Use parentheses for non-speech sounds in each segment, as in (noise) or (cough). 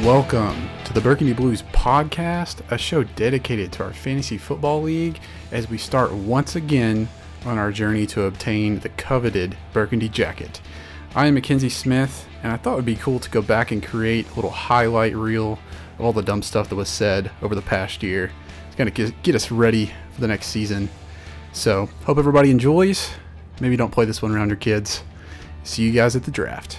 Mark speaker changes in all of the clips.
Speaker 1: Welcome to the Burgundy Blues podcast, a show dedicated to our fantasy football league as we start once again on our journey to obtain the coveted Burgundy jacket. I am Mackenzie Smith, and I thought it would be cool to go back and create a little highlight reel of all the dumb stuff that was said over the past year. It's going to get us ready for the next season. So, hope everybody enjoys. Maybe don't play this one around your kids. See you guys at the draft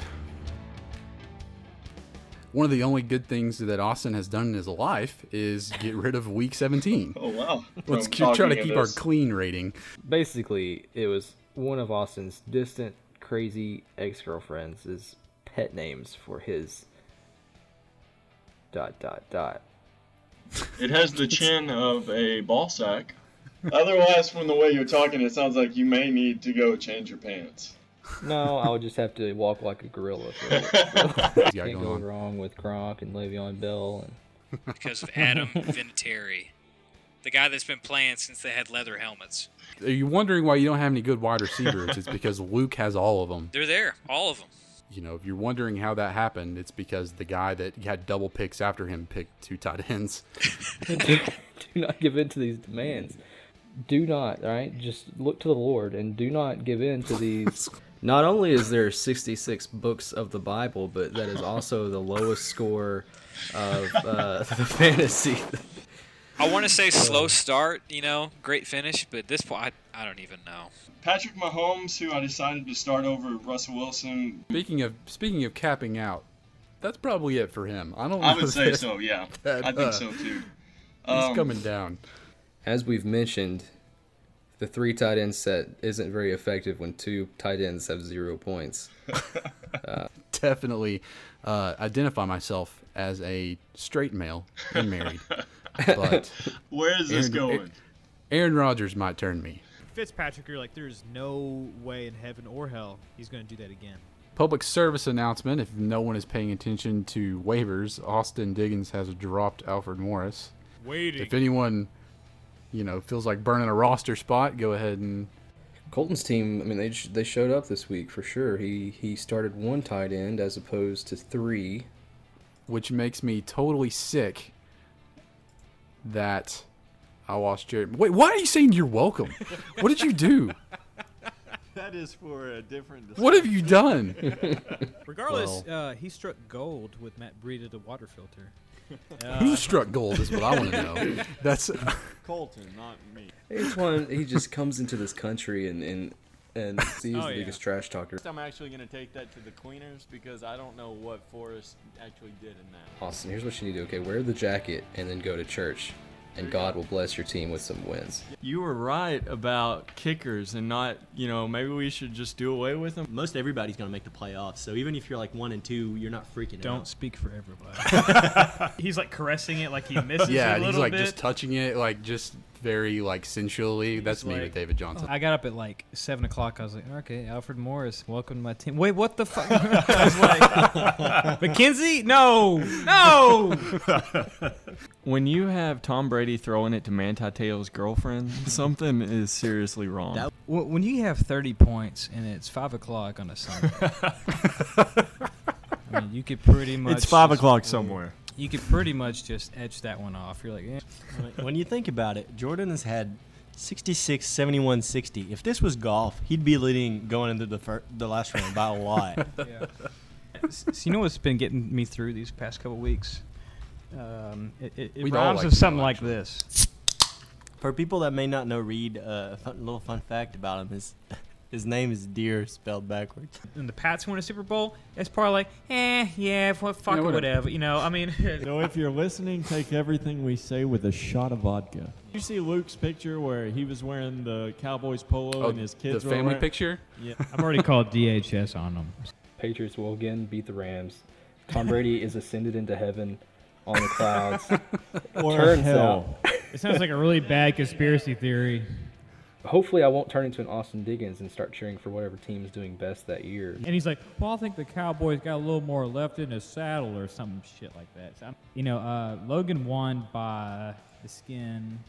Speaker 1: one of the only good things that Austin has done in his life is get rid of week 17.
Speaker 2: Oh wow!
Speaker 1: Let's
Speaker 2: From
Speaker 1: keep, try to
Speaker 2: talking
Speaker 1: keep
Speaker 2: of
Speaker 1: our
Speaker 2: this.
Speaker 1: clean rating.
Speaker 3: basically it was one of austin's distant crazy ex-girlfriends is pet names for his dot dot dot
Speaker 2: It has the chin of a ball sack. (laughs) Otherwise, from the way you're talking, it sounds like you may need to go change your pants.
Speaker 3: no i would just have to walk like a gorilla for it.
Speaker 1: He's got
Speaker 3: can't
Speaker 1: going
Speaker 3: go
Speaker 1: on.
Speaker 3: wrong with Gronk and Le'Veon Bell and (laughs)
Speaker 4: because of
Speaker 5: (laughs)
Speaker 4: Adam Vinatieri, the guy that's been playing since they had leather helmets.
Speaker 1: Are you wondering why you don't have any good wide receivers? it's because Luke has all of them.
Speaker 4: They're there, all of them.
Speaker 1: You know, if you're wondering how that happened, it's because the guy that had double picks after him picked two tight ends.
Speaker 3: do not give in to these demands. Do not, all right? Just look to the Lord and do not give in to these.
Speaker 6: (laughs) Not only is there 66 books of the Bible, but that is also the lowest score of uh, (laughs) the fantasy.
Speaker 4: I want to say slow start, you know, great finish, but this point, I, I don't even know.
Speaker 2: Patrick Mahomes, who I decided to start over Russell Wilson,
Speaker 1: Speaking of speaking of capping out, that's probably it for him. I don't.
Speaker 2: I
Speaker 1: know
Speaker 2: would say
Speaker 1: that (laughs)
Speaker 2: so. Yeah,
Speaker 1: That,
Speaker 2: I
Speaker 1: uh,
Speaker 2: think so too.
Speaker 1: He's
Speaker 2: Um,
Speaker 1: coming down. (laughs)
Speaker 6: As we've mentioned, the three tight end set isn't very effective when two tight ends have zero points.
Speaker 1: Definitely uh, identify myself as a straight male and married, but
Speaker 2: Where is this
Speaker 1: Aaron-
Speaker 2: going?
Speaker 1: Aaron Rodgers might turn me.
Speaker 7: Fitzpatrick, you're like, there's no way in heaven or hell he's going to do that again.
Speaker 1: Public service announcement if no one is paying attention to waivers, Austin Diggins has dropped Alfred Morris.
Speaker 7: Waiting.
Speaker 1: If anyone, you know, feels like burning a roster spot, go ahead and
Speaker 6: Colton's team, I mean, they sh- they showed up this week for sure. He he started one tight end as opposed to three.
Speaker 1: which makes me totally sick that I lost Jared. Wait, why are you saying you're welcome? what did you do?
Speaker 8: That is for a different.
Speaker 1: What have you done?
Speaker 7: Regardless, uh, he struck gold with Matt Breida, the water filter.
Speaker 1: Who struck gold is what I want to know. That's
Speaker 8: Colton, not me.
Speaker 6: Each one, he
Speaker 7: (laughs)
Speaker 6: just comes into this country and and and he's
Speaker 7: Oh,
Speaker 6: the
Speaker 7: yeah.
Speaker 6: biggest trash talker
Speaker 8: I'm actually gonna take that to the cleaners because I don't know what Forrest actually did in that.
Speaker 6: Austin, here's what you need to do. Okay, wear the jacket and then go to church, and God will bless your team with some wins.
Speaker 8: You were right about kickers and not, you know, maybe we should just do away with them.
Speaker 9: most everybody's going to make the playoffs. So even if you're like one and two, you're not freaking
Speaker 7: Don't
Speaker 9: out.
Speaker 7: speak for everybody.
Speaker 1: (laughs)
Speaker 5: he's like caressing it like he misses
Speaker 1: yeah,
Speaker 5: it a
Speaker 1: and he's
Speaker 5: little
Speaker 1: like
Speaker 5: bit.
Speaker 1: just touching it, like just very like sensually. That's me with
Speaker 5: like-
Speaker 1: David Johnson.
Speaker 7: I got up at like 7 o'clock. I was like, okay, Alfred Morris, welcome to my team. Wait, what the fuck? (laughs) I
Speaker 1: (laughs)
Speaker 7: was like, McKenzie? No, no.
Speaker 10: when you have Tom Brady throwing it to Manti Te'o's
Speaker 8: (laughs)
Speaker 10: girlfriend, something is seriously wrong.
Speaker 9: That-
Speaker 7: Wh- When you have 30 points and it's 5 o'clock on a Sunday, I mean, you could pretty much. just-
Speaker 5: somewhere.
Speaker 7: You could pretty much just etch that one off. You're like, eh.
Speaker 9: when you think about it, Jordan has had 66, 71, 60. If this was golf, he'd be leading going into the fir- the last round by a lot.
Speaker 5: So you know what's been getting me through these past couple weeks? Um, it it,
Speaker 1: We'd
Speaker 5: it
Speaker 1: all
Speaker 5: rhymes with
Speaker 1: like to know,
Speaker 5: something like this.
Speaker 9: For people that may not know Reed, uh, a fun, little fun fact about him is (laughs) his name is Deer spelled backwards.
Speaker 5: When the Pats win a Super Bowl, it's probably like, eh, yeah, f- fuck
Speaker 1: Yeah,
Speaker 5: it,
Speaker 1: whatever.
Speaker 5: whatever. You know, I
Speaker 7: (laughs)
Speaker 5: mean, (laughs)
Speaker 8: So if you're listening, take everything we say with a shot of vodka. You see Luke's picture where he was wearing the Cowboys polo
Speaker 1: Oh,
Speaker 8: and his kids
Speaker 1: the
Speaker 8: were
Speaker 1: family
Speaker 8: wearing-
Speaker 1: picture. (laughs)
Speaker 7: I've already called DHS on them.
Speaker 3: Patriots will again beat the Rams. Tom Brady is ascended into heaven on the clouds.
Speaker 8: Or
Speaker 3: Turns
Speaker 8: hell.
Speaker 7: It sounds like a really bad conspiracy theory.
Speaker 3: Hopefully, I won't turn into an Austin Diggins and start cheering for whatever team is doing best that year.
Speaker 7: And he's like, well, I think the Cowboys got a little more left in his saddle or some shit like that. So I'm- you know, uh, Logan won by the skin.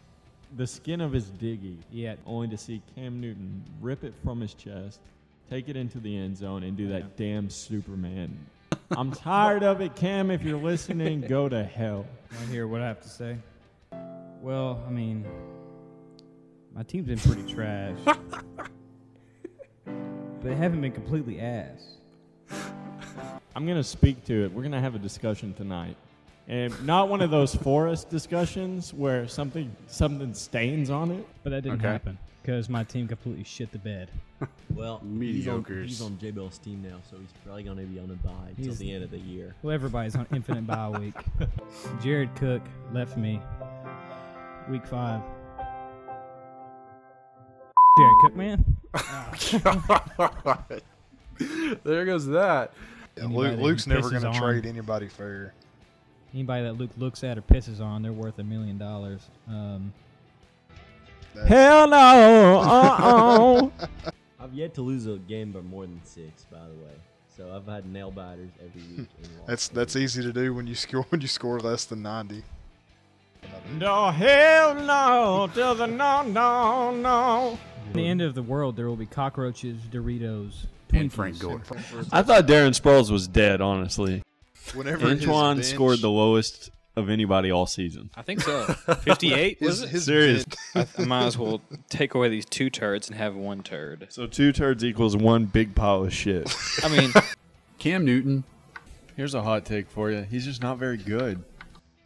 Speaker 8: The skin of his diggy.
Speaker 7: Yeah.
Speaker 8: only to see Cam Newton rip it from his chest, take it into the end zone, and do that damn Superman I'm tired of it, Cam. If you're listening, go to hell.
Speaker 7: I hear what I have to say. Well, I mean, my team's been pretty trash, but they haven't been completely ass.
Speaker 8: I'm going to speak to it. We're going to have a discussion tonight. And not one of those forest discussions where something something stains on it.
Speaker 7: But that didn't
Speaker 8: Okay.
Speaker 7: happen because my team completely shit the bed.
Speaker 9: Well, he's on, he's on J Bell's team now, so he's probably going to be on a bye until
Speaker 7: He's-
Speaker 9: the end of the year.
Speaker 7: Well, everybody's on infinite bye week. Jared Cook left me week five. Jared Cook, man.
Speaker 1: there goes that.
Speaker 11: Luke,
Speaker 7: Anybody
Speaker 11: Luke's
Speaker 7: who
Speaker 11: never
Speaker 7: pisses
Speaker 11: going to
Speaker 7: on-
Speaker 11: trade anybody fair.
Speaker 7: Anybody that Luke looks at or pisses on, they're worth a million dollars. Um,
Speaker 8: Hell no! uh-uh.
Speaker 9: I've yet to lose a game by more than six, by the way. So I've had nail biters every week. and lost.
Speaker 11: That's that's easy to do when you (laughs) score when you score less than ninety.
Speaker 8: No, hell no! To the no, no, no.
Speaker 7: At the end of the world, there will be cockroaches, Doritos,
Speaker 1: And Frank Gore.
Speaker 10: I thought Darren Sproles was dead, honestly.
Speaker 11: Whenever his
Speaker 10: Antoine
Speaker 11: bench-
Speaker 10: scored the lowest of anybody all season.
Speaker 12: I think so. 58
Speaker 11: His-
Speaker 12: was it?
Speaker 11: his
Speaker 10: Serious.
Speaker 12: I, I might as well take away these two turds and have one turd.
Speaker 10: So two turds equals one big pile of shit.
Speaker 12: I mean,
Speaker 1: Cam Newton.
Speaker 10: (laughs) Here's a hot take for you. He's just not very good.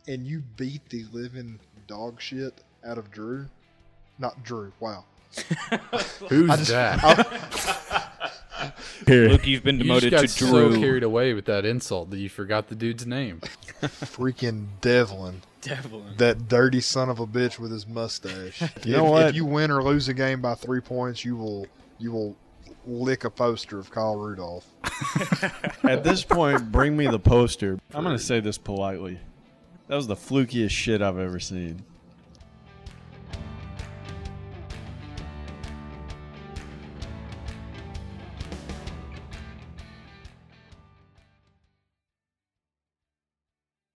Speaker 11: and you beat the living dog shit out of Drew. Not Drew. Wow.
Speaker 1: Who's
Speaker 11: I just-
Speaker 1: that?
Speaker 11: I-
Speaker 12: Luke, you've been
Speaker 1: You
Speaker 12: demoted
Speaker 1: just
Speaker 12: to
Speaker 1: got
Speaker 12: Drew.
Speaker 1: So carried away with that insult that you forgot the dude's name.
Speaker 11: freaking Devlin.
Speaker 12: Devlin.
Speaker 11: That dirty son of a bitch with his mustache.
Speaker 10: You
Speaker 11: if,
Speaker 10: know what?
Speaker 11: if you win or lose a game by three points, you will you will lick a poster of Kyle Rudolph.
Speaker 10: At this point, bring me the poster. I'm going to say this politely. That was the flukiest shit I've ever seen.